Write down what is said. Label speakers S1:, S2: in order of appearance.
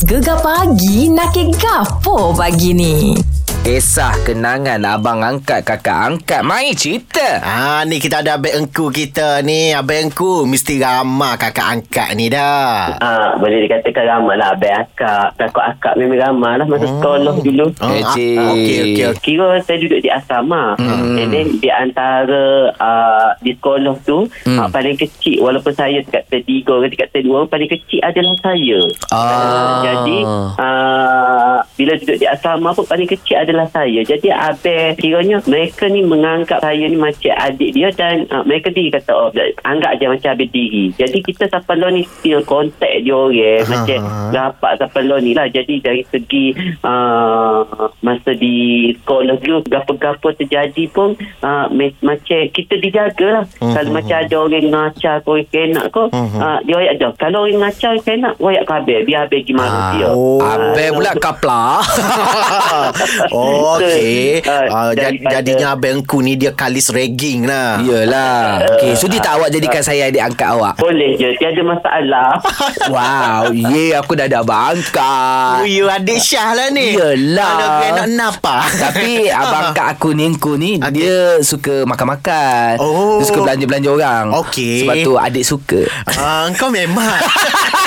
S1: Gegar pagi nak ke gapo pagi ni?
S2: Kisah kenangan abang angkat kakak angkat Mari cerita
S3: Ah ni kita ada abang engku kita ni abang engku mesti ramah kakak angkat ni dah.
S4: Ah, boleh dikatakan ramah lah Abang akak Kakak akak memang ramah lah Masa sekolah dulu
S3: Oh,
S2: Eh,
S3: ah,
S2: cik.
S3: Okey okey okey.
S4: Kira saya duduk di asrama hmm. And then di antara uh, Di sekolah tu hmm. uh, Paling kecil Walaupun saya dekat tiga ke dekat dua Paling kecil adalah saya uh,
S2: Ah.
S4: Jadi uh, Bila duduk di asrama pun Paling kecil adalah saya Jadi Abel Kiranya mereka ni menganggap saya ni Macam adik dia Dan uh, mereka sendiri kata oh, Anggap je macam adik diri Jadi kita sampai lo ni Still contact dia orang Macam rapat sampai lo ni lah Jadi dari segi uh, Masa di sekolah dulu Gapa-gapa terjadi pun uh, me- Macam kita dijaga lah Kalau macam ada orang ngacau Kau kenak kau uh, Dia wayak dah Kalau orang ngacau kenak Wayak kau habis Biar habis gimana
S2: Ah,
S4: dia
S2: oh. Abang pula kapla
S3: Oh, okey. Ah,
S4: Ah,
S3: ja-
S4: daripada-
S3: jadinya abang engku ni dia kalis ragging lah.
S2: Ya. Yelah okay, Sudi tak awak jadikan saya adik angkat awak
S4: Boleh je Tiada masalah
S2: Wow Ye yeah, aku dah ada abang
S3: Oh,
S2: angkat
S3: you adik Syah lah ni.
S2: Yelah.
S3: Kalau kau nak napa?
S2: Tapi abang angkat aku ni Engku ni okay. Dia suka makan-makan
S3: Oh.
S2: Dia suka belanja-belanja orang
S3: Okey.
S2: Sebab tu adik suka
S3: Ah, kau memang